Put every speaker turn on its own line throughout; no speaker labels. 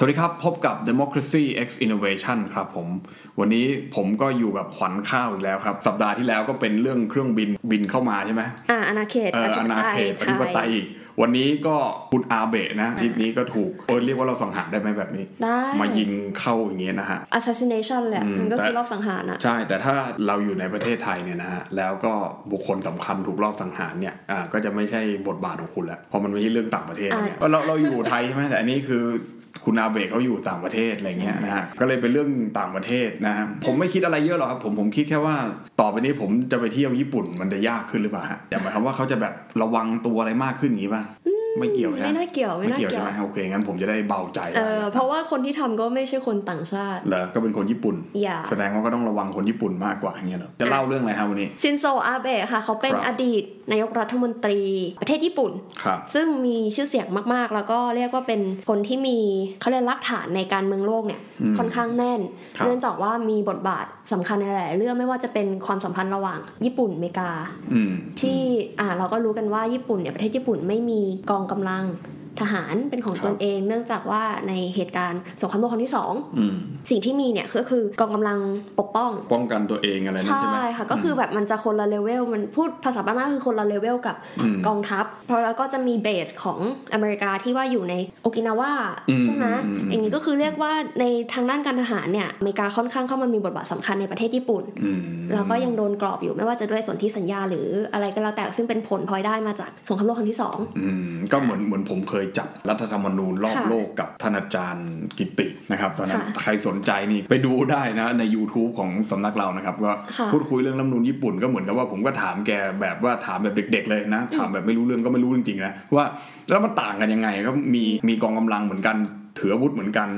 วัสดีครับ พบกับ Democracy X Innovation ครับผม วันนี้ผมก็อยู่กับขวัญข้าวอีกแล้วครับ สัปดาห์ที่แล้วก็เป็นเรื่องเครื่องบินบินเข้ามาใช่ไหม
อ่าอาณาเขต
เอออาณาเขตอธิปไตยอีกวันนี้ก็คุณอาเบะนะอาทิศนี้ก็ถูกเออเรียกว่าเราสังหารได้ไหมแบบนี้
ได้
มายิงเข้าอย่างเงี้ยนะฮะ
assassination แหละ
อืม
มันก็คือ
แต่
รอบสังหารอะ
ใช่ แต่ถ้าเราอยู่ในประเทศไทยเนี่ยนะฮะ แล้วก็บุคคลสำคัญถูกรอบสังหารเนี่ย อ่า ก็จะไม่ใช่บทบาทของคุณแล้ว เพราะมันไม่ใช่เรื่องต่างประเทศอะไรเนี่ยเราเราอยู่ไทยใช่ไหมแต่อันนี้คือคุณอาเบะเขาอยู่ต่างประเทศอะไรเงี้ยนะฮะ ก็เลยเป็นเรื่องต่างประเทศนะฮะ ผมไม่คิดอะไรเยอะหรอกครับ ผมผมคิดแค่ว่าต่อไปนี้ผมจะไปเที่ยวญี่ปุ่นมันจะยากขึ้นหรือเปล่าฮะแต่หมายความว่าเขาจะแบบระวังตัวอะไรมากขึ้นอย่างงี้ป่ะ ไม่เกี่ยวใช่ไหม
ไม่น่าเกี่ยวไม่
ไม่
น่า
เกี่ยว
เกี่
ใช่
ยว
ไหมโอเคงั้นผมจะได้เบาใจ
เอ
แล้ว
อเพราะว่าคนที่ทำก็ไม่ใช่คนต่างชาติ
เหรอก็เป็นคนญี่ปุ่น
อย่า
แสดงว่าก็ต้องระวังคนญี่ปุ่นมากกว่าอย่างเงี้ยเหรอจะเล่าเรื่องอะไรครับวันนี้
ชินโซอาเบะค่ะ เขาเป็น
ครับ
อดีตนายกรัฐมนตรีประเทศญี่ปุ่น
ครับ
ซึ่งมีชื่อเสียงมากๆ แล้วก็เรียกว่าเป็นคนที่มีเขาเรียกลักฐานในการเมืองโลกเนี่ย
อืม
ค่อนข้างแน่น
ครับ
เนื่องจากว่ามีบทบาทสำคัญในหลายๆเรื่องไม่ว่าจะเป็นความสัมพันธ์ระหว่างญี่ปุ่นอเมริกา
อืม
ที่อ่าเราก็รู้กันว่าญี่ปุ่นเนี่ยประเทศญี่ปุ่นไม่มีกองกำลังทหารเป็นของตนเอง เนื่องจากว่าในเหตุการณ์สงครามโลกครั้งที่สอง
อืม
สิ่งที่มีเนี่ยก็คือกองกำลังปกป้อง
ป้องกันตัวเองอะไรนั่น
ใช่
ใช่ไหม
ค่ะก็คือแบบมันจะคนละเลเวลมันพูดภาษาบ้านๆคือคนละเลเวลกับ
ม
กองทัพ เพราะแล้วก็จะมีเบสของอเมริกาที่ว่าอยู่ในโอกินาวา
อืม
ใช่ไหม
อืมอืม
อย่างนี้ก็คือเรียกว่าในทางด้านการทหารเนี่ยอเมริกาค่อนข้างเข้ามามีบทบาทสำคัญในประเทศญี่ปุ่น
อืม
แล้วก็ยังโดนกรอบอยู่ไม่ว่าจะด้วยสนธิสัญญาหรืออะไรก็แล้วแต่ซึ่งเป็นผลพลอยได้มาจากสงครามโลกครั้งที่สอง
อืมก็เหมือนเหมือนผมเคยจับรัฐธรรมนูญรอบ
ค่ะ
โลกกับท่านอาจารย์กิตินะครับ ตอนนั้น
ค่ะ
ใครสนใจนี่ไปดูได้นะใน YouTube ของสำนักเรานะครับก็
ค่ะ
พูดคุยเรื่องรัฐธรรมนูญญี่ปุ่นก็เหมือนกับว่าผมก็ถามแกแบบว่าถามแบบเด็ก ๆ เลยนะถามแบบไม่รู้เรื่องก็ไม่รู้จริงๆนะว่าแล้วมันต่างกันยังไงก็มีมีกองกำลังเหมือนกันถืออาวุธเหมือนกัน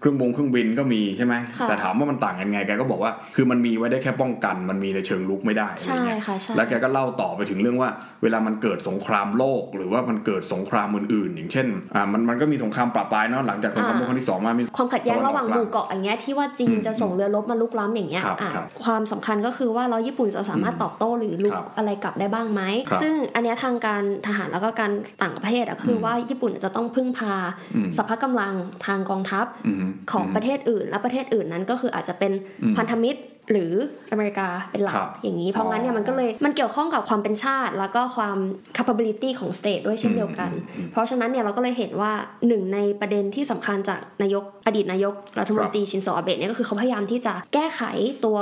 เครื่องบงเครื่องบินก็มีใช่ไหม
ค่ะ
แต่ถามว่ามันต่างกันไงแกก็บอกว่า คือมันมีไว้ได้แค่ป้องกัน มันมีในเชิงลุกไม่ได้อะไร
ใช่
เงี้ย
ค่ะใช่
แล้วแกก็เล่าต่อไปถึงเรื่องว่า เวลามันเกิดสงครามโลก หรือว่ามันเกิดสงครามอื่นๆ อย่างเช่นอ่ามันมันก็มีสงครามปราบปรายเนาะหลังจากสงครามโลกครั้งที่สองมามี
ความขัดแย้งระหว่างหมู่เกาะอย่างเงี้ยที่ว่าจีนจะส่งเรือรบมาลุกล้ำอย่างเงี้ย
ครับ
อ่ะ
ครับ
ความสำคัญก็คือว่าเราญี่ปุ่นจะสามารถตอบโต้หรือลุก
ครับ
อะไรกลับได้บ้างไหม
ครับ
ซึ่งอันเนี้ยทางการทหารแล้วก็การต่างประเทศอะคืออ
ม
ว่าญี่ปุ่นจะต้องพึ่งพา
อืม
สภาพกำลังทางกองทัพ
ม
ของประเทศอื่น และประเทศอื่นนั้นก็คืออาจจะเป็น
อืม
พันธมิตรหรืออเมริกาเป็นหลัก
ครับ
อย่างนี้เพราะงั้นเนี่ย
อ๋อ
มันก็เลยมันเกี่ยวข้องกับความเป็นชาติ แล้วก็ความ capability ของ state ด้วยเช่นเดียวกัน
อืม
เพราะฉะนั้นเนี่ยเราก็เลยเห็นว่าหนึ่งในประเด็นที่สำคัญจากนายกอดีตนายกรัฐมนตรีชินโซอาเบะเนี่ยก็คือเขาพยายามที่จะแก้ไขตัว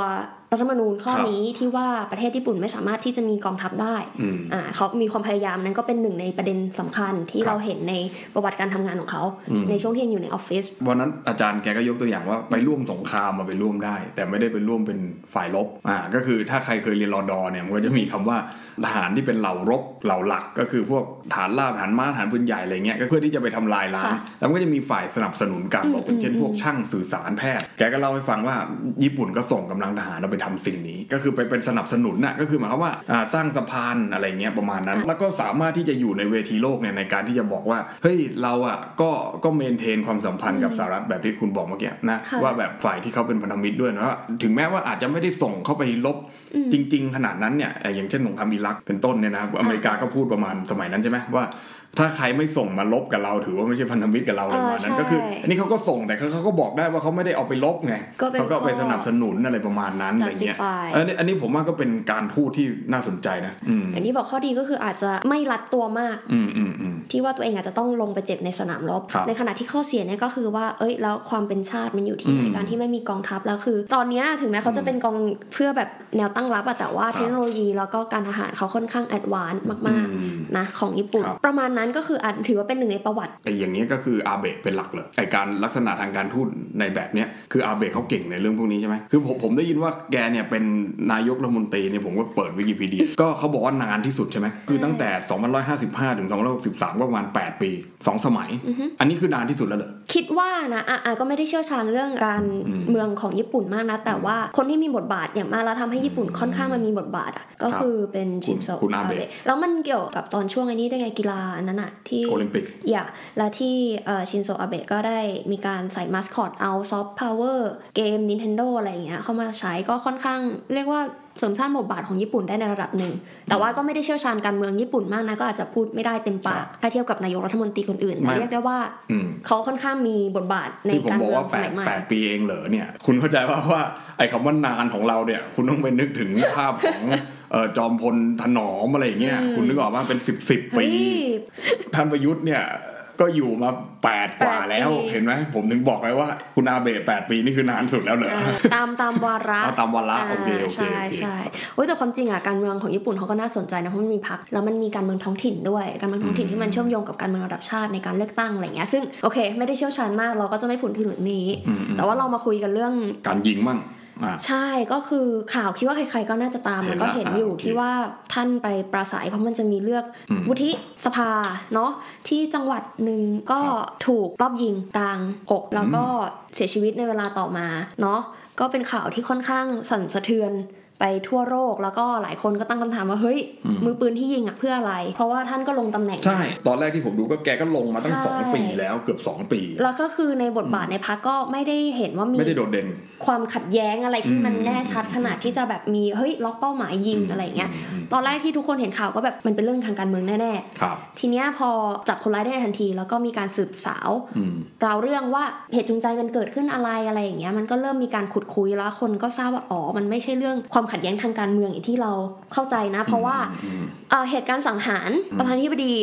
รัฐธรรมนูญข้อ
ครับ
นี้ที่ว่าประเทศญี่ปุ่นไม่สามารถที่จะมีกองทัพได้
อืม
อ่าเขามีความพยายามนั้นก็เป็นหนึ่งในประเด็นสำคัญที่
ครับ
เราเห็นในประวัติการทำงานของเขา
อืม
ในช่วงที่ยังอยู่ในออฟฟิศ
วันนั้นอาจารย์แกก็ยกตัวอย่างว่าไปร่วมสงครามมาไปร่วมได้ แต่ไม่ได้ไปร่วมเป็นฝ่ายรบอ่าก็คือถ้าใครเคยเรียนรอดอเนี่ยมันก็จะมีคำว่าทหารที่เป็นเหล่ารบเหล่าหลัก ก็คือพวกฐานลาบฐานม้าฐานปืนใหญ่อะไรเงี้ยก็เพื่อที่จะไปทำลายล้างแล้วมันก็จะมีฝ่ายสนับสนุนการรบอย่างเช่นพวกช่างสื่อสารแพทย์ แกก็เล่าให้ฟังว่าญี่ปุ่นก็ส่งกำลังทหารเราไปทำสิ่งนี้ ก็คือไปเป็นสนับสนุนน่ะก็คือหมายความว่าอ่าสร้างสะพานอะไรเงี้ยประมาณนั้น แล้วก็สามารถที่จะอยู่ในเวทีโลกเนี่ยในการที่จะบอกว่าเฮ้ยเราอ่ะก็ก็เมนเทนความสัมพันธ์กับสหรัฐแบบที่คุณบอกเมื่อกี้นะ
ค่ะ
ว่าแบบฝ่ายที่เขาเป็นพันธมิตรด้วยนะว่าถึงแม้ว่าอาจจะไม่ได้ส่งเข้าไปรบ
อืม
จริง ๆ ขนาดนั้นเนี่ยเอ่ออย่างเช่นสงครามอิรักเป็นต้นเนี่ยนะครับอเมริกาก็พูดประมาณสมัยนั้นใช่ไหมว่า ถ้าใครไม่ส่งมาลบกับเรา ถือว่าไม่ใช่พันธมิตรกับเราอะไรประมาณนั้
เออน ใช่
ก็คือ อันนี้เขาก็ส่งแต่เขาเขาก็บอกได้ว่าเขาไม่ได้เอาไปลบไง
ก็เป็น
เขาก็ไป
ข้อ
สนับสนุนอะไรประมาณนั้นอะไรเงี้ย
justify
อันนี้อันนี้ผมว่าก็เป็นการพูดที่น่าสนใจนะ อืม
อย่างที่บอกข้อดีก็คืออาจจะไม่รัดตัวมาก
อืมอืมอืม
ที่ว่าตัวเองอาจจะต้องลงไปเจ็บในสนามรบ
ครับ
ในขณะที่ข้อเสียเนี่ยก็คือว่า เอ้ย แล้วความเป็นชาติมันอยู่
อื
ที่
ม
ไหนการที่ไม่มีกองทัพแล้วคือ ตอนเนี้ยถึงแม้เขาจะเป็นกองเพื่อแบบแนวตั้งรับอะแต่ว่า
ครับ
เทคโนโลยีแล้วก็การทหารเขาค่อนข้างแอดวานซ์
อื
มาก
ม
ๆนะของญี่ปุ่น
ครับ
ประมาณนั้นก็คืออาจถือว่าเป็นหนึ่งในประวัติ
แต่อย่างนี้ยก็คืออาเบะเป็นหลักเลยไอการลักษณะทางการทูตในแบบเนี้ยคืออาเบะเขาเก่งในเรื่องพวกนี้ใช่ไหมคือผมผมได้ยินว่าแกเนี่ยเป็นนายกรัฐมนตรีเนี่ยผมก็เปิดวิกิพีเดีย ก็เขาบอกว่านานที่สุดใช่ไหมคือตั้งแต่2555ถึง2563ก็ประมาณ 8 ปีสองสมัย
อือฮึ
อันนี้คือนานที่สุดแล้วเหรอ
คิดว่านะอาอาก็ไม่ได้เชี่ยวชาญเรื่องการ
อืม
เมืองของญี่ปุ่นมากนะ แต่ว่าคนที่มีบทบาทอย่างมากแล้วทำให้ญี่ปุ่นค่อนข้างมันมีบทบาทอะก็
ครับ
คือเป็นชินโซ
คุณอาเบะ
แล้วมันเกี่ยวกับตอนช่วงไอ้นี้ได้วยไงกีฬาอันนั้นอะที่
โอลิมปิก
อย่าและที่เอ่อชินโซอาเบะก็ได้มีการใส่มาสคอตเอาซอฟต์พาวเวอร์เกม Nintendo อะไรอย่างเงี้ยเข้ามาใช้ก็ค่อนข้างเรียกว่า เสริมสร้างบทบาทของญี่ปุ่นได้ในระดับหนึ่ง แต่ว่าก็ไม่ได้เชี่ยวชาญการเมืองญี่ปุ่นมากนะก็อาจจะพูดไม่ได้เต็มปากถ้าเทียบกับนายกรัฐมนตรีคนอื่น
ไม่
แต่เรียกได้ว่า
อืม
เขาค่อนข้างมีบทบาทใน
ที่ผม
การ
บอก
เมือง
ว่า
ส
แป
มั
ด
ยใหม่
แปดปีเองเหรอเนี่ย คุณเข้าใจว่าว่าไอ้คำว่านานของเราเนี่ย คุณต้องไปนึกถึงภาพของ เอ่อจอมพลถนอมอะไรอย่างเงี้ย
อืม
คุณนึกออกว่าเป็นสิบสิบปี
เฮ้ย
ท่านประยุทธ์เนี่ยก็อยู่มาแปดกว่า
แปด
แล้ว
ปี
เห็นไหมผมถึงบอกไปว่าคุณอาเบะแปดปีนี่คือนานสุดแล้วเหรอ
เออตามตามวาระ
เอาตามวาระโอเคโอเค
ใช่
โอเค
ใช่โอ้ยแต่ความจริงอ่ะการเมืองของญี่ปุ่นเขาก็น่าสนใจนะเพราะมันมีพรรคแล้วมันมีการเมืองท้องถิ่นด้วยการเมืองท้องถิ่น
อืม
ที่มันเชื่อมโยงกับการเมืองระดับชาติในการเลือกตั้งอะไรเงี้ยซึ่งโอเค ไม่ได้เชี่ยวชาญมากเราก็จะไม่ผุนพิลุนนี้
อืมอืม
แต่ว่าเรามาคุยกันเรื่อง
การยิงมั่งอ่ะ
ใช่ก็คือข่าวคิดว่าใครๆก็น่าจะตาม
เห็
แล้
น
ว
ละ
ก็เห็นอยู่
อ่ะโอเค
ที่ว่าท่านไปปราศัยเพราะมันจะมีเลือก
อืม
วุฒิสภาเนาะที่จังหวัดหนึ่งก็
ครับ
ถูกรอบยิงกลางอก แล้วก็เสียชีวิตในเวลาต่อมาเนาะก็เป็นข่าวที่ค่อนข้างสั่นสะเทือนไปทั่วโลกแล้วก็หลายคนก็ตั้งคำถามว่าเฮ้ย
อืม
มือปืนที่ยิงอะเพื่ออะไร เพราะว่าท่านก็ลงตำแหน่ง
ใช่ ตอนแรกที่ผมดูก็แกก็ลงมาตั้ง
ใช่
สองปีแล้วเกือบสองปี
แล้วก็คือในบทบาทในพักก็ไม่ได้เห็นว่ามี
ไม่ได้โดดเด่น
ความขัดแย้งอะไรที่มัน
อืม
แน่ชัดขนาดที่จะแบบมีเฮ้ยล็อกเป้าหมายยิง
อืม
อะไรอย่างเงี้ย
อืมอืม
ตอนแรกที่ทุกคนเห็นข่าวก็แบบมันเป็นเรื่องทางการเมืองแน่
ครับ
ๆ ทีเนี้ยพอจับคนร้ายได้ทันที แล้วก็มีการสืบสาว
อืม
ราวเรื่องว่าเหตุจูงใจมันเกิดขึ้นอะไรอะไรอย่างเงี้ยมันก็เริ่มมีการขุดคุยแล้วคนก็ทราบว่าอ๋อมันไม่ใช่เรื่องความขัดแย้งทางการเมืองอย่างที่เราเข้าใจนะ เพราะว่า
อืม
เอ่อเหตุการณ์สังหาร
อืม
ประธานาธิบดี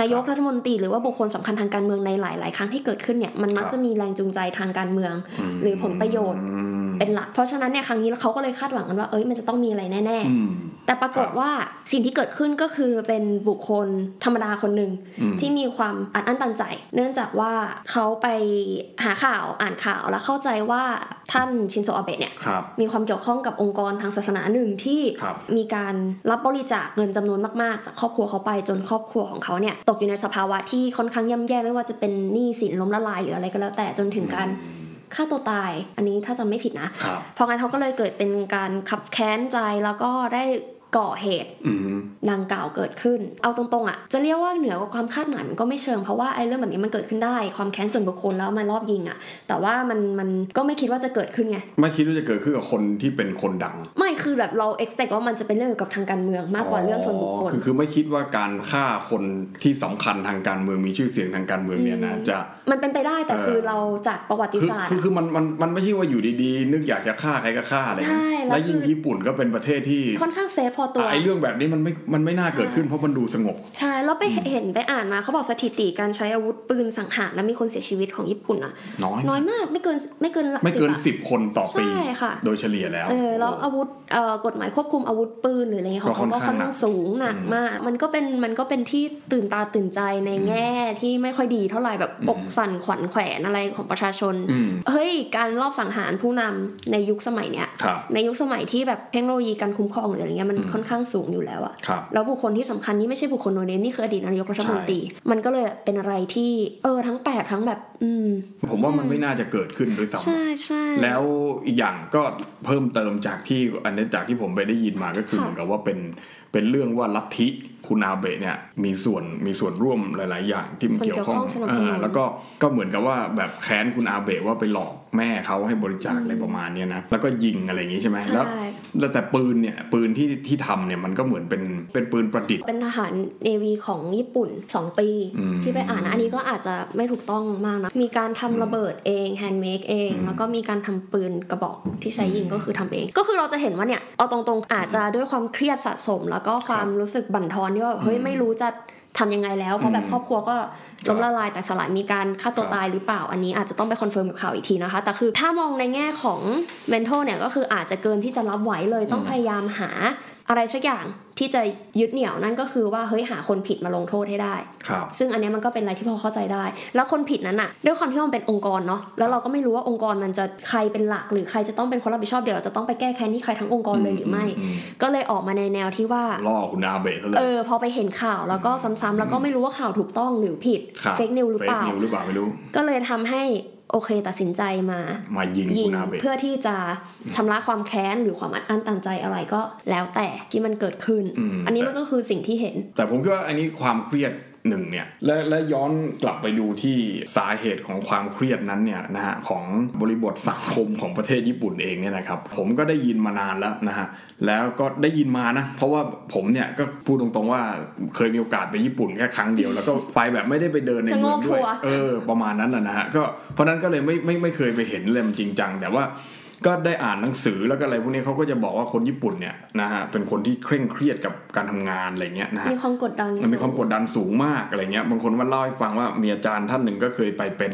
นายกรัฐมนตรีหรือว่าบุคคลสำคัญทางการเมืองในหลาย ๆ ครั้งที่เกิดขึ้นเนี่ยมันมัก
ครับ
จะมีแรงจูงใจทางการเมือง
ม
หรือผลประโยชน์
อืม
เป็นหลัก เพราะฉะนั้นเนี่ยครั้งนี้เขาก็เลยคาดหวังกันว่า เอ้ย มันจะต้องมีอะไรแน่
อืม
ๆ แต่ปรากฏ
ครับ
ว่าสิ่งที่เกิดขึ้นก็คือเป็นบุคคลธรรมดาคนหนึ่ง
อืม
ที่มีความอัดอั้นตันใจ เนื่องจากว่าเขาไปหาข่าวอ่านข่าวแล้วเข้าใจว่าท่านชินโซอาเบะเนี่ย
ครับ
มีความเกี่ยวข้องกับองค์กรทางศาสนาหนึ่งที่
ครับ
มีการรับบริจาคเงินจำนวนมาก ๆ จากครอบครัวเขาไปจนครอบครัวของเขาเนี่ยตกอยู่ในสภาวะที่ค่อนข้างย่ำแย่ไม่ว่าจะเป็นหนี้สินล้มละลายหรืออะไรก็แล้วแต่จนถึงการฆ่าตัวตาย อันนี้ถ้าจำไม่ผิดนะ
ครับ
เพราะงั้นเขาก็เลยเกิดเป็นการขับแค้นใจแล้วก็ได้ก่อเหตุ
อืม
ดังกล่าวเกิดขึ้น เอาตรงๆอ่ะจะเรียกว่าเหนือกว่าความคาดหมายมันก็ไม่เชิงเพราะว่าไอ้เรื่องแบบนี้มันเกิดขึ้นได้ ความแค้นส่วนบุคคลแล้วมันรอบยิงอ่ะ แต่ว่ามันมันก็ไม่คิดว่าจะเกิดขึ้นไง
ไม่คิดว่าจะเกิดขึ้นกับคนที่เป็นคนดัง
ไม่คือแบบเรา expect ว่ามันจะเป็นเรื่องเกี่ยวกับทางการเมืองมากกว่าเรื่องส่วนบุคคล
คือคือไม่คิดว่าการฆ่าคนที่สำคัญทางการเมืองมีชื่อเสียงทางการเมืองเนี่ยนะ
อืม
จะ
มันเป็นไปได้แต่คือเราจากประวัติ
คือ
ศาสตร์
คือ
อะ
คือมันมันมันไม่ใช่ว่าอยู่ดีๆ นึกอยากจะฆ่าใครก็ฆ่าอะไรนะ
ใช่แล้ว
และยิ่ง
คือ
ญี่ปุ่นก็เป็นประเทศที่
ค่อนข้างเซฟพอตัว
ไอเรื่องแบบนี้มันไม่มันไม่น่าเกิดขึ้นเพราะมันดูสงบ
ใช่แล้วไปเห็นไปอ่านมาเขาบอกสถิติการใช้อาวุธปืนสังหารและมีคนเสียชีวิตของญี่ปุ่นอ่ะ
น้อย
น้อยมากไม่เกินไม่เกินหลัก
ไม่เกิน
อะ
สิบคนต่อปี
ใช่ค่ะ
โดยเฉลี่ยแล้ว
เออแล้วอาวุธเอ่อกฎหมายควบคุมอาวุธปืนหรืออะไรเงี้ยของเขา
ก็
ก็
ค่
ค่
อ
อน น
ข้าง
ข้างสูงหนัก
อืม
มาก มันก็เป็นมันก็เป็นที่ตื่นตาตื่นใจใน
อืม
แง่ที่ไม่ค่อยดีเท่าไหร่แบบ
อืม
อกสั่นขวัญแขวนอะไรของประชาชน
อืม
เฮ้ย การลอบสังหารผู้นำในยุคสมัยเนี้ย
ครับ
ในยุคสมัยที่แบบเทคโนโลยีการคุ้มครองหรืออะไรเงี้ยมัน
อืม
ค่อนข้างสูงอยู่แล้วอะ
ครับ
แล้วบุคคลที่สำคัญนี่ไม่ใช่บุคคลโนเนมนี่คืออดีตนายกรัฐมนตรีมันก็เลยเป็นอะไรที่เออทั้งแปดทั้งแบบ อืม
ผมว่ามันไม่น่าจะเกิดขึ้นด้วยซ้ำ
ใช่ใช่
แล้วอีกอย่างก็เพิ่มเติมจากที่อันนี้จากที่ผมไปได้ยินมาก็คือ
ค่ะ
เหมือนกับว่าเป็นเป็นเรื่องว่าลัทธิคุณอาเบะเนี่ยมีส่วนมีส่วนร่วมหลาย ๆ อย่างที่มัน
ส่วน
เกี่ยวข้อง
เกี่ยวข้องสนับสนุน
อ่าแล้วก็ก็เหมือนกับว่าแบบแค้นคุณอาเบะว่าไปหลอกแม่เขาให้บริจาคอะไรประมาณเนี้ยนะแล้วก็ยิงอะไรอย่างงี้ใช่ไหม
ใช่
แล้วแล้วแต่ปืนเนี่ยปืนที่ที่ทำเนี่ยมันก็เหมือนเป็นเป็นปืนประดิษฐ์
เป็นทหารเนวีของญี่ปุ่น 2 ปี
อืม
ที่ไปอ่านนะอันนี้ก็อาจจะไม่ถูกต้องมากนะ มีการทำ
อืม
ระเบิดเองแฮนด์เมดเอง
อืม
แล้วก็มีการทำปืนกระบอกที่ใช้ยิง
อืม
ก็คือทำเอง ก็คือเราจะเห็นว่าเนี่ย เอาตรงๆอาจจะด้วยความเครียดสะสม แล้วก็ความรู้สึกบั่นทอนที่ว่าเฮ้ย
อืม
ไม่รู้จะทำยังไงแล้ว เพ
อื
ราะ
ม
แบบครอบครัวก็ล้มละลายแต่สลายมีการฆ่าตั
ค
ว
รับ
ตายหรือเปล่าอันนี้อาจจะต้องไปคอนเฟิร์มกับข่าวอีกทีนะคะแต่คือถ้ามองในแง่ของ mental เนี่ยก็คืออาจจะเกินที่จะรับไหวเลยต้อง
อืม
พยายามหา อะไรสักอย่างที่จะยึดเหนี่ยวนั่นก็คือว่าเฮ้ยหาคนผิดมาลงโทษให้ได้
ครับ
ซึ่งอันเนี้ยมันก็เป็นอะไรที่พอเข้าใจได้ แล้วคนผิดนั้นอะด้วยความที่มันเป็นองค์กรเนาะแล้วเราก็ไม่รู้ว่าองค์กรมันจะใครเป็นหลัก หรือใครจะต้องเป็นคนรับผิดชอบเดี๋ยวเราจะต้องไปแก้แค้นที่ใครทั้งองค์กรเลยหรือไม่ ก็เลยออกมาในแนวที่ว่า
ล่อคุณอาเบะซะเล
เอย อพอไปเห็นข่าวแล้วก็ซ้ำๆแล้วก็ไม่รู้ว่าข่าวถูกต้องหรือผิด
ครับ
เฟกนิวหรือ
เฟ
เป
ก
ล่า
นิวหรือเปล่าไม่รู้
ก็เลยทำให้โอเคตัดสินใจมา
มายิง
ยิ
คุ
ง
ณอาเบะ
เพื่อที่จะชำระความแค้นหรือความอัดอั้นตันใจอะไรก็แล้วแต่ที่มันเกิดขึ้น
อืม
อันนี้มันก็คือสิ่งที่เห็น
แต่ผมคิดว่าอันนี้ความเครียด หนึ่งเนี่ยและและย้อนกลับไปดูที่สาเหตุของความเครียดนั้นเนี่ยนะฮะของบริบทสังคมของประเทศญี่ปุ่นเองเนี่ยนะครับผมก็ได้ยินมานานแล้วนะฮะแล้วก็ได้ยินมานะเพราะว่าผมเนี่ยก็พูดตรงๆว่าเคยมีโอกาสไปญี่ปุ่นแค่ครั้งเดียวแล้วก็ไปแบบไม่ได้ไปเดินในเมืองด้วย
ชะโงกทัวร์
เออประมาณนั้นนะนะฮะก็เพราะนั้นก็เลยไม่ไม่ไม่เคยไปเห็นเลยมันจริงจังแต่ว่า ก็ได้อ่านหนังสือแล้วก็อะไรพวกนี้เขาก็จะบอกว่าคนญี่ปุ่นเนี่ยนะฮะเป็นคนที่เคร่งเครียดกับการทำงานอะไรเงี้ยนะฮะ
มีความกดดัน
มันมีความกดดันสูงมากอะไรเงี้ย บางคนว่าเล่าให้ฟังว่ามีอาจารย์ท่านหนึ่งก็เคยไปเป็น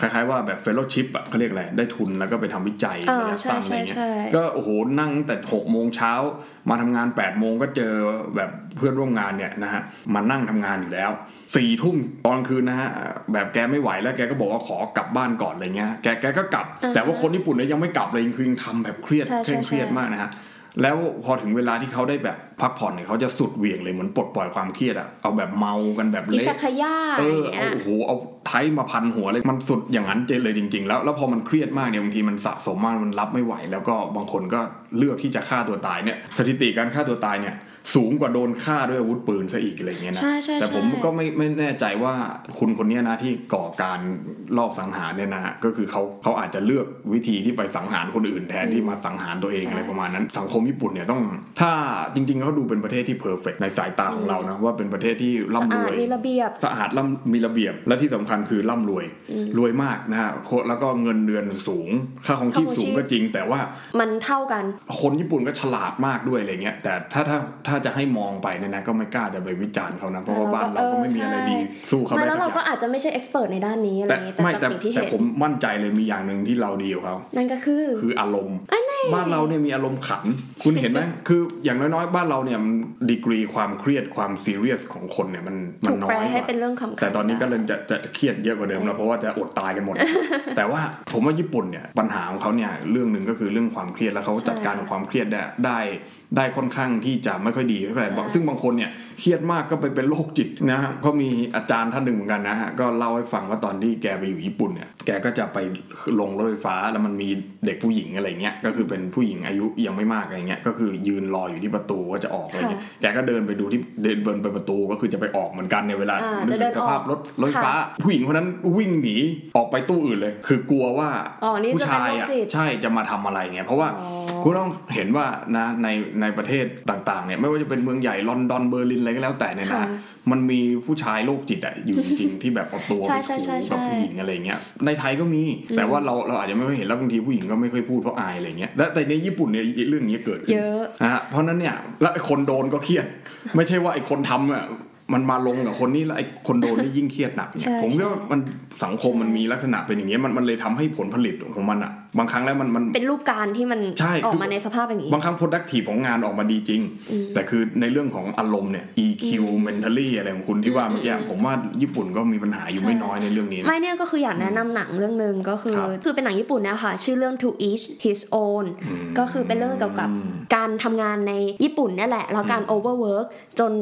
คล้ายๆว่าแบบเฟลโลชิพอะเขาเรียกอะไร ได้ทุนแล้วก็ไปทำวิจัย
อ่า
ระยะสั้นอะ
ใช่
ไรเงี้
ใช่
ย
ใช่
ก็โอ้โหนั่งแต่หกโมงเช้ามาทำงาน8ปดโมงก็เจอแบบเพื่อนร่วมงานเนี่ยนะฮะมานั่งทำงานอยู่แล้วสี่ทุ่มตอนกลางคืนนะฮะแบบแกไม่ไหวแล้วแกก็บอกว่าขอกลับบ้านก่อนอะไรเงี้ยแกแกก็กลับ
อ่า
แต่ว่าคนญี่ปุ่นเนี่ยยังไม่กลับเลยยังคือยังทำแบบเครียด
ใช่
เคร่งเครียด
ใช่
มากนะฮะ แล้วพอถึงเวลาที่เขาได้แบบพักผ่อนเนี่ยเขาจะสุดเหวี่ยงเลยเหมือนปลดปล่อยความเครียดอะเอาแบบเมากันแบบ
อิ
เละ
สระขย่า
เออ
อะไรอย่างเงี้
เอา
ย
โอ้โหเอาไทยมาพันหัวเลยมันสุดอย่างนั้นเจนเลยจริง ๆ แล้วแล้วพอมันเครียดมากเนี่ยบางทีมันสะสมมากมันรับไม่ไหว แล้วก็บางคนก็เลือกที่จะฆ่าตัวตายเนี่ยสถิติการฆ่าตัวตายเนี่ยสูงกว่าโดนฆ่าด้วยอาวุธปืนซะอีกอะไรอย่างเงี้ยนะ
ใช่ใช่
แต่ผม
ใช่
ก็ไม่ไม่แน่ใจว่าคุณคนเนี้ยนะที่ก่อการลอบสังหารเนี่ยนะฮะก็คือเขาเขาอาจจะเลือกวิธีที่ไปสังหารคนอื่นแทนที่มาสังหารตัวเองอะไรประมาณนั้น สังคมญี่ปุ่นเนี่ยต้องถ้าจริงๆเขาดูเป็นประเทศที่เพอร์เฟกในสายตาของเรานะว่าเป็นประเทศที่
สะ
ร่ำร
อาด
วย
มีระเบียบ
สะอาดร่ำมีระเบียบและที่สำคัญคือร่ำรวย รวยมากนะฮะโคแล้วก็เงินเดือนสูง ค่าของชีพ
ค่าของชีพ
สูงก็จริง แต่ว่า
มันเท่ากัน
คนญี่ปุ่นก็ฉลาดมากด้วยอะไรเงี้ยแต่ถ้าถ้าถ้าจะให้มองไปเนี่ยนะก็ไม่กล้าจะไปวิจารณ์เขานะเพราะว่าบ้านเราก็ไม่มีอะไรดีสู้เขา
ไมา
ได้
แล้
สั
ว
ก
เรา
อ
ก็
ย่าง
อาจจะไม่ใช่เอ็กซ์เพรสในด้านนี้อะไร
แต่
อย่างงี้
ไม่
แต่
แต่
จากสิ่งที่
แต่
เห็น
ผมมั่นใจเลยมีอย่างหนึ่งที่เราดีกว่าเขา
นั่นก็คือ
คืออารมณ์
อันไหน
บ้านเราเนี่ยมีอารมณ์ขัน คุณเห็นไหม คืออย่างน้อยๆ บ้านเราเนี่ยมันดีกรีความเครียดความซีเรียสของคนเนี่ยมันมั
ถู
น
ก
น้อ
แปล
ยก
ให้
ว่า
เป็นเรื่องคำขั
แต่ตอนนี้ก็เริ่มจะจะจะเครียดเยอะกว่าเดิมแล้วเพราะว่าจะอดตายกันหมด แต่ว่าผมว่าญี่ปุ่นเนี่ยปัญหาของเขาเนี่ยเรื่องหนึ่งก็คือเรื่องความเครียดแล้วเขาจัดการกับความเครียดได้ได้ได้ค่อนข้างที่จะไม่ค่อยดีเท่าไหร่ซึ่งบางคนเนี่ยเครียดมากก็ไปเป็นโรคจิตนะฮะก็มีอาจารย์ท่านหนึ่งเหมือนกันนะฮะก็เล่าให้ฟังว่าตอนที่แกไปอยู่ญี่ปุ่นเนี่ยแกก็จะไปลงรถไฟฟ้าแล้วมันมีเด็กผู้หญิงอะไรเงี้ยก็คือเป็นผู้หญิงอายุยังไม่มากอะไรเงี้ยก็คือยืนรออยู่ที่ประตูว่าจะออกอะไรเงี้ยแกก็เดินไปดูที่เดินเดินไปประตูก็คือจะไปออกเหมือนกันในเวลา
อ่า
นึ
จะ
ก
เดิ
ถึ
น
งส
ออก
ภาพรถรถไฟฟ้า ผู้หญิงคนนั้นวิ่งหนีออกไปตู้อื่นเลย คือกลัวว่า
อ๋อนี่
ผู้
จะเป็น
ชาย
โรค
อ่ะ
จิต
ใช่จะมาทำอะไรเงี้ยเพราะว่า
อ๋อ
คุณต้องเห็นว่านะในในประเทศต่างๆเนี่ยไม่ว่าจะเป็นเมืองใหญ่ลอนดอนเบอร์ลินอะไรก็แล้วแต่เนี่ยนะมันมีผู้ชายโรคจิตอ่ะอยู่จริงๆ ที่แบบเอาตัวไป
ใช่ใช่ใช่
ขู่
ใช่
กับผู้หญิงอะไรเงี้ยในไทยก็มี แต่ว่าเราเราอาจจะไม่ค่อยเห็นแล้วบางทีผู้หญิงก็ไม่ค่อยพูดเพราะอายอะไรเงี้ยและแต่ในญี่ปุ่นเนี่ยเรื่องนี้เกิดขึ้น
เยอะ
นะฮะเพราะฉะนั้นเนี่ยแล้วไอ้คนโดนก็เค รียด ไม่ใช่ว่าไอ้คนทำอ่ะมันมาลงกับคนนี้แล้วไอ้คนโดนนี่ยิ่งเครียดหนักเนี่
ใช่
ยผม
ใช่
ว่ามันสังคมมันมีลักษณะเป็นอย่างเงี้ยมันมันเลยทำให้ผลผลิตของมันอ่ะบางครั้งแล้วมันมัน
เป็นรูปการณ์ที่มัน
ใช่
ออ
คื
ก
อ
มาในสภาพอย่างนี้
บางครั้ง productive ของงานออกมาดีจริง แต่คือในเรื่องของอารมณ์เนี่ย EQ mentally อะไรของคุณที่ว่าเมื่อกี้ผมว่าญี่ปุ่นก็มีปัญหาอยู่ไม่น้อยในเรื่องนี้นะ
ไม่เนี่ยก็คืออยากแนะนำหนังเรื่องหนึ่งก็คือ
ครับ
คือเป็นหนังญี่ปุ่นนะคะชื่อเรื่อง To Each His Own
อืม
ก็คือเป็นเรื่องเกี่ยวกับ
อืม
การทำงานในญี่ปุ่นเนี่ยแหละ แล้วการ overwork จน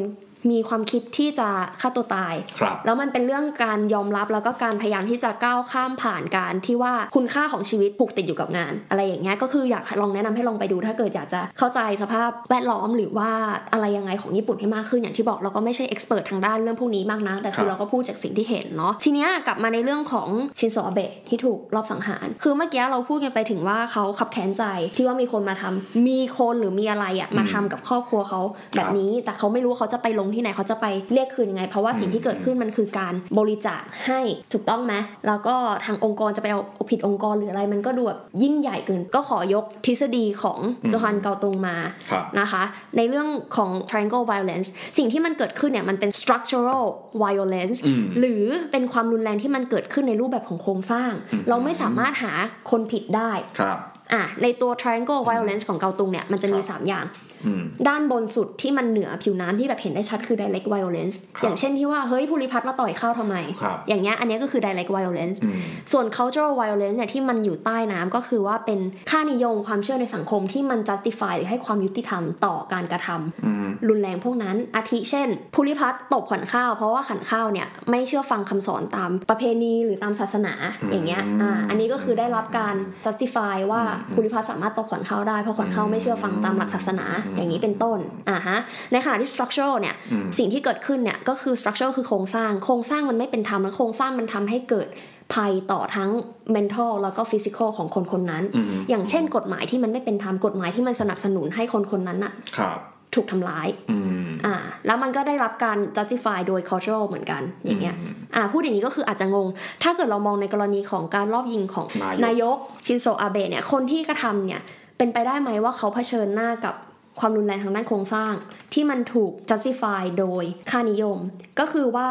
มีความคิดที่จะฆ่าตัวตาย
ครับ
แล้วมันเป็นเรื่องการยอมรับแล้วก็การพยายามที่จะก้าวข้ามผ่านการที่ว่าคุณค่าของชีวิตผูกติดอยู่กับงาน อะไรอย่างเงี้ยก็คืออยากลองแนะนำให้ลองไปดูถ้าเกิดอยากจะเข้าใจสภาพแวดล้อมหรือว่าอะไรยังไงของญี่ปุ่นให้มากขึ้นอย่างที่บอกเราก็ไม่ใช่เอ็กซ์เพรสทางด้านเรื่องพวกนี้มากนะแต่คื
ครั
อบ เราก็พูดจากสิ่งที่เห็นเนาะทีเนี้ยกลับมาในเรื่องของชินโซอาเบะที่ถูกรอบสังหาร คือเมื่อกี้เราพูดกันไปถึงว่าเขาขับแค้นใจที่ว่ามีคนมาทำมีคนหรือมีอะไรอะมาทำกับครอบครัวเขาแบบนี้ นี้แต่เขาไม่รู้ว่าเขาจะไปลงที่ไหนเขาจะไปเรียกคืนยังไง เพราะว่าสิ่งที่เกิดขึ้นมันคือการบริจาคให้ถูกต้องไหมแล้วก็ทางองค์กรจะไปเอาผิดองค์กรหรืออะไรมันก็ดูแบบยิ่งใหญ่เกิน ก็ขอยกทฤษฎีของ
อืม
โจฮันเกาตงมา
ครับ
นะคะในเรื่องของ triangle violence สิ่งที่มันเกิดขึ้นเนี่ยมันเป็น structural violence
อืม
หรือเป็นความรุนแรงที่มันเกิดขึ้นในรูปแบบของโครงสร้าง
อืม
เราไม่สามารถหาคนผิดได้
ครับ
อ่ะในตัว triangle violence ของเกาตุงเนี่ยมันจะมี
ครับ
3 อย่าง
อืม
ด้านบนสุดที่มันเหนือผิวน้ำที่แบบเห็นได้ชัดคือ direct violence
ครับ
อย่างเช่นที่ว่า เฮ้ยภูริพัฒน์มาต่อยข้าวทำไม
ครับ
อย่างเงี้ยอันเนี้ยก็คือ direct violence
อืม
ส่วน cultural violence เนี่ยที่มันอยู่ใต้น้ำก็คือว่าเป็นค่านิยมความเชื่อในสังคมที่มัน justify หรือให้ความยุติธรรมต่อการกระทำ
อืม
รุนแรงพวกนั้น อาทิเช่นภูริพัฒน์ตบขันข้าว เพราะว่าขันข้าวเนี่ยไม่เชื่อฟังคำสอนตามประเพณีหรือตามศาสนาอย่างเงี้ย
อืม
อ่าอันนี้ก็คือได้รับการ justify ว่า ภูริพัฒน์สามารถตกขวัญเข้าได้เพราะขวัญเข้าไม่เชื่อฟังตามหลักศาสนา
อืม
อย่างนี้เป็นต้นอ่าฮะในขณะที่ structural เนี่ย
อืม
สิ่งที่เกิดขึ้นเนี่ยก็คือ structure คือโครงสร้าง โครงสร้างมันไม่เป็นธรรมและโครงสร้างมันทำให้เกิดภัยต่อทั้ง mental แล้วก็ physical ของคนคนนั้น
อืม
อย่างเช่นกฎหมายที่มันไม่เป็นธรรม กฎหมายที่มันสนับสนุนให้คนคนนั้นน่ะ
ครับ
ถูกทำร้าย
อืม
อ่า แล้วมันก็ได้รับการ justify โดย cultural เหมือนกัน อย่างเงี้ย อ่า พูดอย่างนี้ก็คืออาจจะงง ถ้าเกิดเรามองในกรณีของการลอบยิงของ
นายก
นายกชินโซอาเบะเนี่ย คนที่กระทำเนี่ย เป็นไปได้ไหมว่าเขาเผชิญหน้ากับความรุนแรงทางด้านโครงสร้าง ที่มันถูก justify โดยค่านิยม ก็คือว่า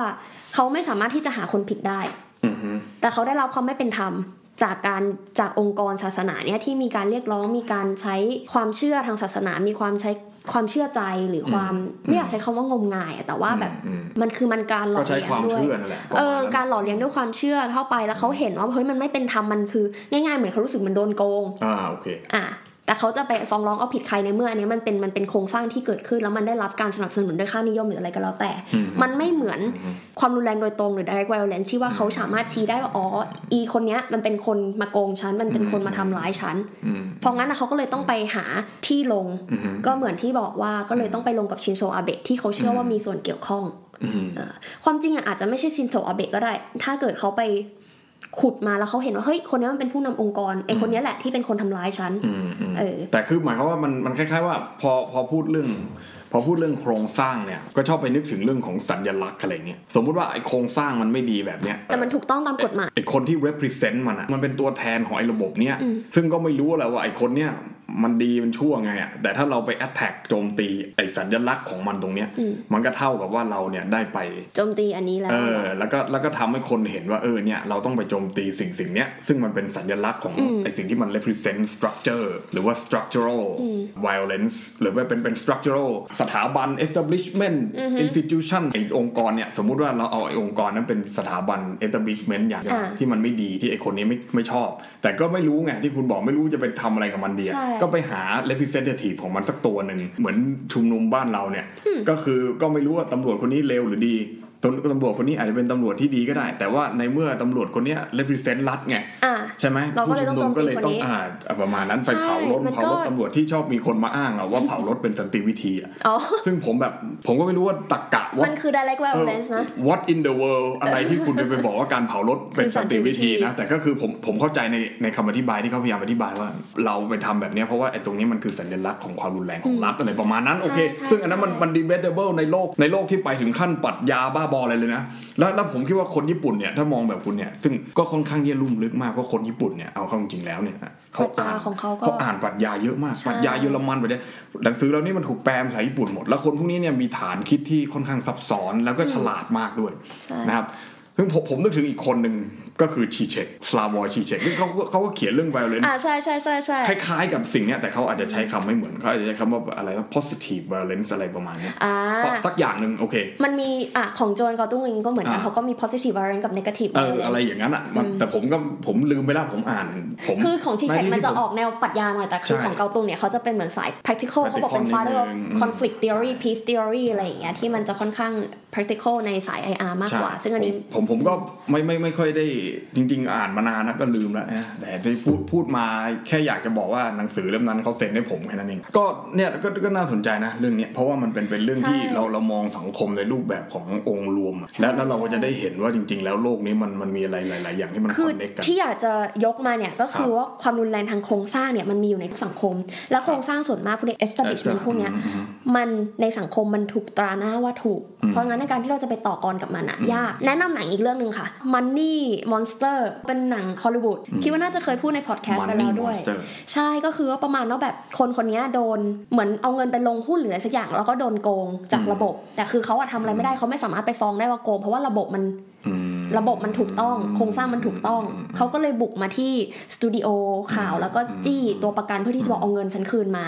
เขาไม่สามารถที่จะหาคนผิดได้
อืมฮึ
แต่เขาได้รับความไม่เป็นธรรม จากการจากองค์กรศาสนาเนี่ยที่มีการเรียกร้องมีการใช้ความเชื่อทางศาสนา มีความใช้ความเชื่อใจหรือความไม่อยากใช้คำว่างมงายอะแต่ว่าแบบ
อืม
มันคือมันการหล่
ก็
อ
ใช้
เลี้ย
ควางม
ด้วย
เชื่อนั่นแหละ
เอ
ป
อ
ระมณนั้น
การหล่อเลี้ยงด้วยความเชื่อเข้าไปแล้วเขาเห็นว่าเฮ้ยมันไม่เป็นธรรมมันคือง่ายๆเหมือนเขารู้สึกเหมันโดนโกง
อ่าโอเค
อ่ะแต่เขาจะไปฟ้องร้องเอาผิดใครในเมื่ออันเนี้ยมันเป็นมันเป็นโครงสร้างที่เกิดขึ้น แล้วมันได้รับการสนับสนุนด้วยค่านิยมหรืออะไรก็แล้วแต่
อืม
มันไม่เหมือนความรุนแรงโดยตรงหรือ direct violence ที่ว่าเขาสามารถชี้ได้ว่าอ๋ออีคนเนี้ยมันเป็นคนมาโกงฉันมันเป็นคนมาทำร้ายฉัน
อืม
เพราะงั้นนะเขาก็เลยต้องไปหาที่ลง
อืมฮึ
ก็เหมือนที่บอกว่าก็เลยต้องไปลงกับชินโซอาเบะที่เขาเชื่อว่ามีส่วนเกี่ยวข้อง
อืม
เอ่อความจริงอะอาจจะไม่ใช่ซินโซอาเบะก็ได้ ถ้าเกิดเขาไปขุดมาแล้วเขาเห็นว่า เฮ้ย คนนี้มันเป็นผู้นำองค์กรไอคนเนี้ยแหละที่เป็นคนทำร้ายฉัน
อืมอืม
เออ
แต่คือหมายความว่ามันมันคล้าย ๆ ว่าพอพอพูดเรื่อง พอพูดเรื่องโครงสร้างเนี่ยก็ชอบไปนึกถึงเรื่องของสัญลักษณ์อะไรเงี้ยสมมุติว่าไอ้โครงสร้างมันไม่ดีแบบเนี้ย
แต่มันถูกต้องตามกฎหมาย
ไอ้คนที่ represent มันอะมันเป็นตัวแทนของไอ้ระบบเนี้ย
อืม
ซึ่งก็ไม่รู้แหละว่าไอ้คนเนี้ยมันดีมันชั่วไงอะแต่ถ้าเราไป attack โจมตีไอ้สัญลักษณ์ของมันตรงเนี้ย
อืม
มันก็เท่ากับว่าเราเนี่ยได้ไป
โจมตีอันนี้แล้ว
เออแล้วก็แล้วก็ทำให้คนเห็นว่าเออเนี่ยเราต้องไปโจมตีสิ่งสิ่งเนี้ยซึ่งมันเป็นสัญลักษณ์ของไอสิ่งที่มัน represent structure หรือว่า structural violence หรือว่าเป็นเป็น structural สถาบัน establishment institution ไอองค์กรเนี่ยสมมุติว่าเราเอาไอองค์กรนั้นเป็นสถาบัน establishment อย่าง
อ่า
ที่มันไม่ดีที่ไอคนนี้ไม่ไม่ชอบ แต่ก็ไม่รู้ไงที่คุณบอกไม่รู้จะไปทำอะไรกับมันดีอะ
ใช่
ก็ ไปหา representative ของมันสักตัวหนึ่งเหมือนชุมนุมบ้านเราเนี่ย ก็คือก็ไม่รู้ว่าตำรวจคนนี้เลวหรือดีตำตำรวจคนนี้อาจจะเป็นตำรวจที่ดีก็ได้ แต่ว่าในเมื่อตำรวจคนเนี้ย represent รัฐไง
อ่ะ
ใช่ไหม
เราก็เลยต้องโจมตี
ผู้ชุนุก็เลยต้อง
คนนี้
อ่าประมาณนั้นไป
ใช่
เผารถ
มันก็
เผารถตำรวจที่ชอบมีคนมาอ้างอะว่าเผารถเป็นสันติวิธีอะ
อ๋อ
ซึ่งผมแบบผมก็ไม่รู้ว่าตักกะ
มั
ว่า
นคือ direct
เออ
violence นะ
What in the world อะไรที่คุณไปบอกว่าการเผารถเป็น
คือสั
สัน
นติ
ติ
วิ
วิ
ธี
ธีนะ แต่ก็คือผมผมเข้าใจในในคำอธิบายที่เขาพยายามอธิบายว่า เราไปทำแบบเนี้ยเพราะว่าไอ้ตรงนี้มันคือสัญลักษณ์ของความรุนแรงของรัฐอะไรประมาณนั้นโอเค
ใช่
ซึ่งอันนั้นมัน
ใช่
มัน debatable ในโลกในโลกที่ไปถึงขั้นปรัดยาบ้าบออะไรเลยนะ แล้วแล้วผมคิดว่าคนญี่ปุ่นเนี่ยถ้ามองแบบคุณเนี่ยซึ่งก็ค่อนข้างเยี่ยลุ่มลึกมากเพราะคนญี่ปุ่นเนี่ยเอาเข้าจริงๆแล้วเนี่ยเขาอ่าน
ปรัชญาของเขาก็
เขาอ่านปรัชญาเยอะมาก
ใช่
ปรัชญาเยอรมันไปเนี่ยหนังสือเรานี่มันถูกแปลมาจากญี่ปุ่นหมด แล้วคนพวกนี้เนี่ยมีฐานคิดที่ค่อนข้างซับซ้อนแล้วก็ฉลาดมากด้วย
ใช่
นะครับซึ่งผมผมนึกถึงอีกคนหนึ่งก็คือชีเชกสลาวอยชีเชกที่งเขาเขาก็เขียนเรื่อง violence
อ่ะใช่ใช่ใช่ใช่
คล้ายๆกับสิ่งเนี้ยแต่เขาอาจจะใช้คำไม่เหมือนเขาอาจจะใช้คำว่าอะไรนะ positive violence อะไรประมาณเนี้ย
อ่า
สักอย่างหนึ่งโอเค
มันมีอ่ะของโจนกอตุ้งเองก็เหมือนกัน
อ่ะ
เขาก็มี positive violence กับ negative
เออ
violence
อะไรอย่างนั้นอ่ะมันแต่ผมก็ผมลืมไปแล้วผมอ่านผม
คือของชีเชก
ใที่
มันจะ
ผ
ออกแนวปรัชญาหน่อยแต่คือ
ใช่
ของเกาตุงเนี่ยเขาจะเป็นเหมือนสาย practical เขาบอกเป็น
practical
father of
นิดนึง
conflict theory peace theory อะไรอย่างเงี้ยที่มันจะค่อนข้าง practical ในสาย IR มากกว่า
ใช่
ซึ่งอันนี้
ผมผมผมก็ไม่ไม่ไม่ค่อยได้จริง ๆ อ่านมานานนะก็ลืมแล้วนะแต่ที่พูดพูดมาแค่อยากจะบอกว่าหนังสือเล่มนั้นเขาเซ็นให้ผมแค่นั้นเองก็เนี่ยก็ก็น่าสนใจนะเรื่องเนี้ยเพราะว่ามันเป็นเป็นเรื่องที่
ใช่
เราเรามองสังคมในรูปแบบขององค์รวมอะและ
ใช่
แล้วเราก็
ใช่
จะได้เห็นว่าจริง ๆ แล้วโลกนี้มันมันมีอะไรหลาย ๆ อย่างที่มันค
คือ
อนเนคกัน
ที่อยากจะยกมาเนี่ยก็คือว่าความรุนแรงทางโครงสร้างเนี่ยมันมีอยู่ในสังคม และโครงสร้างส่วนมากพวกเนี้ย establishment พวกเนี้ยมันในสังคมมันถูกตราหน้าว่าถูก
อืม
เพราะงั้นในการที่เราจะไปต่อกรกับมันอะ
อืม
ยาก แนะนำหนังอีกเรื่องหนึ่งค่ะ Money Monster เป็นหนังฮอลลีวูด
อืม
คิดว่าน่าจะเคยพูดในพอดแคสต์ไป
มัน
แล้
นี่
ว
ม
ด้
อ
วย
นสเตอร์
ใช่ก็คือว่าประมาณว่าแบบคนคนเนี้ยโดนเหมือนเอาเงินไปลงหุ้นหรืออะไรสักอย่างแล้วก็โดนโกงจากระบบ แต่คือเขาอะทำอะไรไม่ได้เขาไม่สามารถไปฟ้องได้ว่าโกงเพราะว่าระบบมันระบบมันถูกต้อง โครงสร้างมันถูกต้อง เขาก็เลยบุกมาที่สตูดิโอข่าวแล้วก็จี้ตัวประกันเพื่อที่จะบอกเอาเงินฉันคืนมา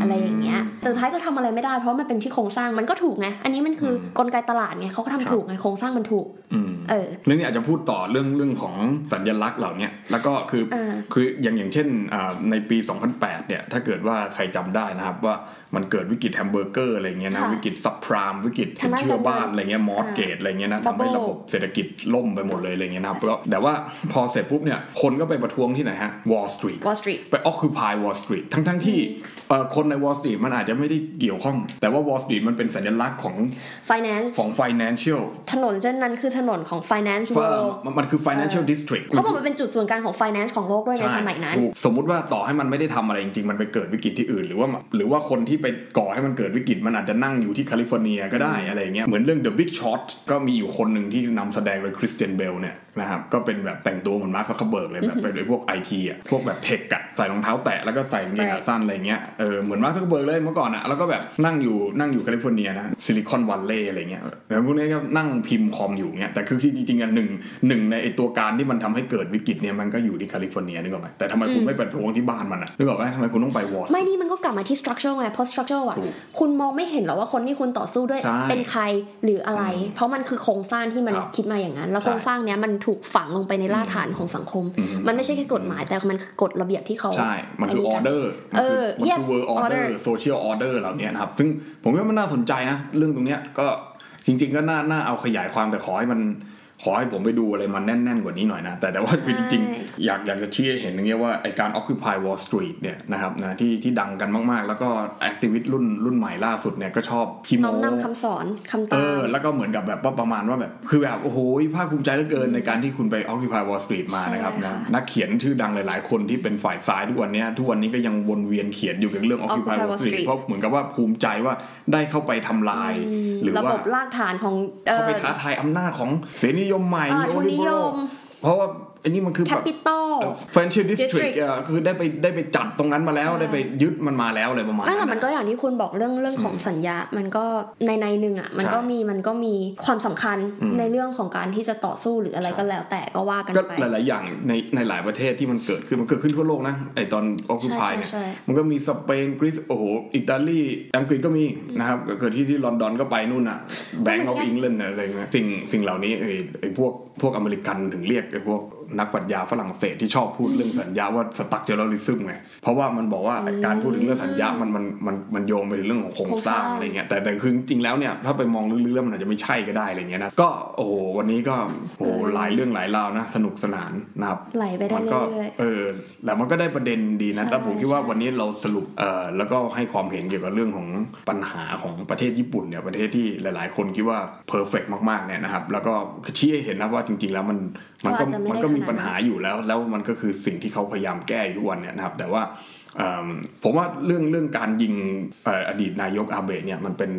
อะไรอย่างเงี้ยแต่สุดท้ายก็ทำอะไรไม่ได้เพราะมันเป็นที่โครงสร้างมันก็ถูกไงอันนี้มันคืออกลไกตลาดไงเขาก็ทำถูกไงโครงสร้างมันถูก
อืม
เออ
เรื่องนี้อาจจะพูดต่อเรื่องเรื่องของสัญลักษณ์เหล่าเนี้ยแล้วก็คือ
อ่า
คืออย่างอย่างเช่นอ่าในปี 2008 เนี่ยถ้าเกิดว่าใครจำได้นะครับว่ามันเกิดวิกฤตแฮมเบอร์เกอร์อะไรเงี้ยนะ
ค่ะ
วิกฤตซับพรามวิกฤตสิ
ทาง
น
ด้าน
เชื่อบ้านอะไรเงี้ยมอสเกตอะไรเงี้ยนะทำให้
ดับเบิล
ระบบเศรษฐกิจ ล่มไปหมดเลยอะไรเงี้ยนะครับแล้วแต่ว่าพอเสร็จปุ๊บเนี่ยคนก็ไปประท้วงที่ไหนฮะ Wall Street
วอลสตรีท
ไป Occupy Wall Street ทั้งทั้งๆที่เอ่อคนใน Wall Street มันอาจจะไม่ได้เกี่ยวข้อง แต่ว่า Wall Street มันเป็นสัญลักษณ์ของ
finance
ของ financial
ถนนเส้นนั้นคือถนนของ finance
เอ่อ
world
มันมันคือ financial district
เขาบอกมันเป็นจุดศูนย์กลางของ finance ของโลกด้วยใน
ใช่
สมัยนั้น
ถูกสมมุติว่าต่อให้มันไม่ได้ทำอะไรจริงๆ มันไปเกิดวิกฤตที่อื่น หรือว่าหรือว่าคนที่ไปก่อให้มันเกิดวิกฤตมันอาจจะนั่งอยู่ที่แคลิฟอร์เนียก็ได้อะไรอย่างเงี้ยเหมือนเรื่อง The Big Short ก็มีอยู่คนหนึ่งที่นำแสดงโดยคริสเตียนเบลเนี่ยนะครับก็เป็นแบบแต่งตัวเหมือนมาร์คซักเคเบิร์กเลยแบบไปเลยพวกไอทีอ่ะพวกแบบเทคอะใส่รองเท้าแตะแล้วก็ใส่กางเกงขา
Right.
สั้นอะไรเงี้ยเออเหมือนมาร์คซักเคเบิร์กเลยเมื่อก่อนอะแล้วก็แบบนั่งอยู่นั่งอยู่แคลิฟอร์เนียนะซิลิคอนวัลเลย์อะไรเงี้ยแล้วพวกนี้ก็นั่งพิมพ์คอมอยู่เงี้ยแต่คือจริงๆอะหนึ่งหนึ่งในไอตัวการที่มันทำให้เกิดวิกฤตเนี่ยมันก็อยู่ที่แคลิฟอร์เนียนึกออกไหมแต่ทำไมคุณไม่ไปประท้วงที่บ้านมันอะนึกออกไหมทำไมคุณต้องไปวอร์
ไม่นี่มันก็กลับมาที่ structure ไงเพราะ structure อ่ะ
ถูก
คุณมองไม่เห็นหรอกว่าคนที่คุณต่อสู้ด้วย
ใช่
เป็นใครหรืออะไร เพราะมันคือโครงสร้างที่มัน
ครับ
คิดมาอย่างนั้น แล้ว
ใช่
โครงสร้างเนี้ยมันถูกฝังลงไปในรากฐานของสังคม
อืม
มันไม่ใช่แค่กฎหมายแต่มันคือกฎระเบียบที่เขา
ใช่ มันคือออเดอร์
เออ
มันคือ
yes
world order
order
social order เหล่านี้นะครับ ซึ่งผมว่ามันน่าสนใจนะ เรื่องตรงเนี้ยก็จริง ๆ ก็น่าน่าเอาขยายความแต่ขอให้มัน ขอให้ผมไปดูอะไรมันแน่น ๆ กว่านี้หน่อยนะ แต่แต่ว่าคือจริง ๆ อยากอยากจะชี้ให้เห็นอย่างเงี้ยว่าไอการ occupy wall street เนี่ยนะครับนะที่ที่ดังกันมากๆ แล้วก็ activist รุ่นรุ่นใหม่ล่าสุดเนี่ยก็ชอบคิโม
น้อมนำคำสอนคำ
เอ
ตา
อ
ม
แล้วก็เหมือนกับแบบว่าประมาณว่าแบบ คือแบบโอ้โหภาคภูมิใจเหลือเกินในการที่คุณไป Occupy Wall Street มา
ใช่
นะครับนะ
ค่ะ
นักเขียนชื่อดังหลาย ๆ คนที่เป็นฝ่ายซ้ายทุกวันเนี้ยทุกวันนี้ก็ยังวนเวียนเขียนอยู่กับเรื่อง Occupy Wall Street เพราะเหมือนกับว่าภูมิใจว่าได้เข้าไปทำลาย หรือ
ระบ
ว่า
บรากฐานของ
เข้าไปท้าทายอำนาจของเสรีนิยมใหม่
เอ่อทุนนิยม
เพราะว่าอันนี้มันคือแบบ
capital
แฟนชิลดิสทริก
District
คือได้ไปได้ไปจัดตรงนั้นมาแล้ว
ใช่
ได้ไปยึดมันมาแล้วอะไรประมาณ
ไม่แต่มั
นั้น น
ก็อย่างที่คุณบอกเรื่องเรื่องของสัญญา มันก็ในในหนึ่งอ่ะ มันก็
ใช่
มีมันก็มีความสำคัญ
อืม
ในเรื่องของการที่จะต่อสู้หรืออะไร
ใช่
ก็แล้วแต่ก็ว่ากัน
ก็
ไป
หลาย ๆ อย่างในในหลายประเทศที่มันเกิดขึ้นมันเกิดขึ้นทั่วโลกนะไอตอน
ใช่
Occupy
ใช่
เนี่ย
ใช่
มันก็มีสเปนกรีซโอ้โหอิตาลีอังกฤษก็มีนะครับก็เกิดที่ที่ลอนดอนก็ไปนู่นน่ะแบงก์ออฟ
ก็เหมือนกัน
อิงแลนด์อะไรเงี้ยสิ่งสิ่งเหล่านี้ไอ้ไอ้พวกพวกอเมริกันถึงเรียกไอ้พวกนักปรัชญาฝรั่งเศสที่ชอบพูดเรื่องสัญญาว่าสตั๊กเจอริซึมไงเพราะว่ามันบอกว่าการพูดถึงเรื่องสัญญามันมันมันมันโยงไปถึงเรื่องของโครงสร้างอะไรเงี้ยแต่แต่คือจริงๆแล้วเนี่ยถ้าไปมองลึกๆแล้วมันอาจจะไม่ใช่ก็ได้อะไรเงี้ยนะก็โอ้โหวันนี้ก็โอ้โหหลายเรื่องหลายราวนะสนุกสนานนะครับ
ไหลไปได้
มันก็
เรื่อย
เออแต่มันก็ได้ประเด็นดีนะ
ใช่
แต่ผมคิดว่า
ใช่
วันนี้เราสรุปเอ่อแล้วก็ให้ความเห็นเกี่ยวกับเรื่องของปัญหาของประเทศญี่ปุ่นเนี่ยประเทศที่หลาย ๆ คนคิดว่าเพอร์เฟกมาก ๆ เนี่ยนะครับ แล้วก็ชี้ให้เห็นนะว่าจริง ๆ แล้วมันมันก็
ก็อาจจะไม่ได้
มันก็มี
ขนาดนั้น
ปัญหาอยู่แล้ว แล้วมันก็คือสิ่งที่เขาพยายามแก้อยู่ทุกวันเนี่ยนะครับแต่ว่าเอิ่มผมว่าเรื่องเรื่องการยิงเอ่ออดีตนายกอาเบะเนี่ยมันเป็น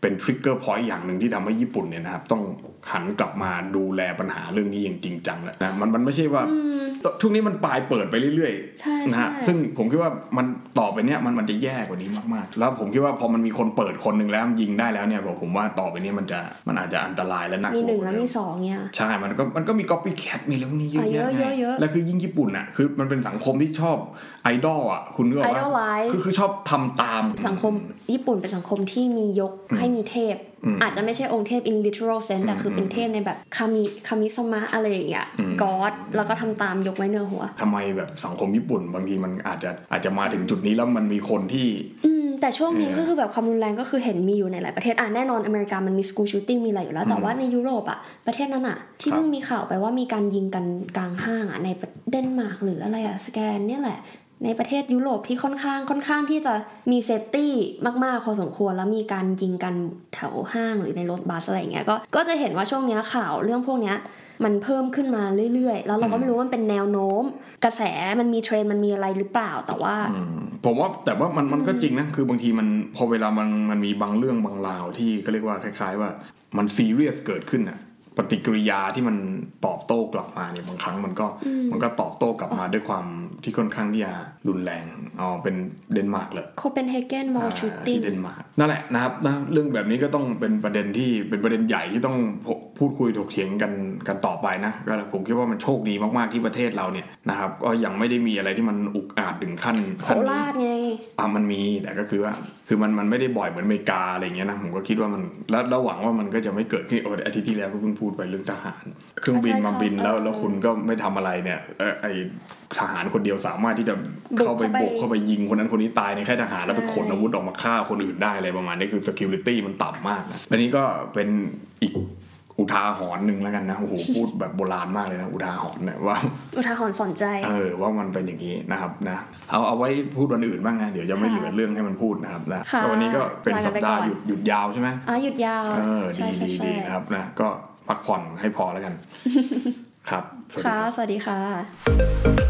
เป็นทริกเกอร์พอยต์อย่างหนึ่งที่ทำให้ญี่ปุ่นเนี่ยนะครับต้องหันกลับมาดูแลปัญหาเรื่องนี้อย่างจริงจังแล้วนะมันมันไม่ใช่ว่า
ๆอืม
ทุกนี้มันปลายเปิดไปเรื่อย
ใช่
ๆนะ
ใช่
ฮะซึ่งผมคิดว่ามันต่อไปเนี้ยมันมันจะแย่กว่านี้มากๆ แล้วผมคิดว่าพอมันมีคนเปิดคนหนึ่งแล้วยิงได้แล้วเนี่ยผมว่าต่อไปเนี้ยมันจะมันอาจจะอันตรายและน่ากลั
มี
ว
หนึ่งแล้วมี
กาเดิ
สองเนี่ย
มใช่ มันก็มันก็มี copycat มีเรื่องนี้เยอะแยะ
อ่ะเยอะๆ
ไง
เยอะ
แล้วคือยิ่งญี่ปุ่นอ่ะคือมันเป็นสังคมที่ชอบไอดอลอ่ะคุณนึกออกปะ
idolize
คือคือชอบทำตาม
สังคมญี่ปุ่นเป็นสังคมที่มียกให้มีเทพ
อืม
อาจจะไม่ใช่องค์เทพ in literal sense แต่คือเป็นเทพในแบบคามิคามิสมะอะไรอย่างเงี้ย
อืม
กอดแล้วก็ทำตามยกไว้เหนื้อหัว
ทำไมแบบสังคมญี่ปุ่น บางทีมันอาจจะอาจจะมาถึงจุดนี้แล้วมันมีคนที่
อืมแต่ช่วงนี้
เออ
ก็คือแบบความรุนแรงก็คือเห็นมีอยู่ในหลายประเทศอ่ะแน่นอนอเมริกามันมีสกูชูตติ้งมีอะไรอยู่แล้ว แต่ว่าในยุโรปอ่ะประเทศนั้นอ่ะ ที่
ครับ
เพิ่งมีข่าวไปว่ามีการยิงกันกลางห้างอ่ะในเดนมาร์กหรืออะไรอ่ะสแกนเนี่ยแหละ ในประเทศยุโรปที่ค่อนข้างค่อนข้างที่จะมีเซฟตี้มากๆพอสมควรแล้วมีการยิงกันแถวห้างหรือในรถบัสอะไรอย่างเงี้ยก็ก็จะเห็นว่าช่วงเนี้ยข่าวเรื่องพวกเนี้ยมันเพิ่มขึ้นมาเรื่อยๆ แล้วเราก็ไม่รู้ว่ามันเป็นแนวโน้ม กระแสมันมีเทรนด์มันมีอะไรหรือเปล่าแต่ว่า
อืมผมว่าแต่ว่ามันมันก็จริงนะ คือบางทีมันพอเวลามันมันมีบางเรื่องบางราวที่ก็เรียกว่าคล้าย ๆ ว่ามันซีเรียสเกิดขึ้นอ่ะปฏิกิริยาที่มันตอบโต้กลับมาเนี่ยบางครั้งมันก็มันก็ตอบโต้กลับมาด้วยความที่ค่อนข้างที่จะรุนแรงอ๋อเป็นเดนมาร์กเลย
โคเปนเฮเกนมอล
อ่า
ชูตติ้
ที่
ง
เดนมาร์กนั่นแหละนะครับนะเรื่องแบบนี้ก็ต้องเป็นประเด็นที่เป็นประเด็นใหญ่ที่ต้องพูดคุยถกเถียงกันกันต่อไปนะก็ผมคิดว่ามันโชคดีมากๆที่ประเทศเราเนี่ยนะครับก็ยังไม่ได้มีอะไรที่มันอุกอาจถึงขั้น
โค
ขั้นนี้
ราชไง
อ่ะมันมีแต่ก็คือว่าคือมันมันไม่ได้บ่อยเหมือนอเมริกาอะไรเงี้ยนะผมก็คิดว่ามันแล้วแล้วหวังว่ามันก็จะไม่เกิดขึ้นโอ้ยอาทิตย์ที่แล้วก็เพิ่งพูดไปเรื่องทหาร เครื่องบิน
ใช่
มา
ใช่
บินแล้ว
เออ
แล้วคุณก็ไม่ทำอะไรเนี่ยเออไอทหารคนเดียวสามารถที่จะ
บุก
เข้าไป
เข้าไป
บุกเข้าไปยิงคนนั้นคนนี้ตายในค่ายทหารแล้วไป
ใช่
ขนอาวุธออกมาฆ่าคนอื่นได้อะไรประมาณนี้คือ security มันต่ำมากนะและนี่ก็เป็นอีก อุทาหรณ์หนึ่งแล้วกันนะโอ้โหพูดแบบโบราณมากเลยนะอุทาหรณ์เนี่ยว่า
อุทาหรณ์สอนใจ
เออว่ามันเป็นอย่างนี้นะครับนะเอาเอาไว้พูดวันอื่นบ้างนะเดี๋ยวจะไม่เห
ค่ะ
ลือเรื่องให้มันพูดนะครับนะ
ค่ะ
แล้ววันนี้ก็เป็นสัปดาห์
ลา
ห
กันไปก่อน
ยุดหยุดยาวใช่ไหม
อ่ะหยุดยาว
เออ
ใช่
ดี
ใช่
ดี
ใช่
ดีนะครับนะก็พักผ่อนให้พอแล้วกัน ครับสวัสดีค
ค่ะ
รับ
สวัสดีค่ะ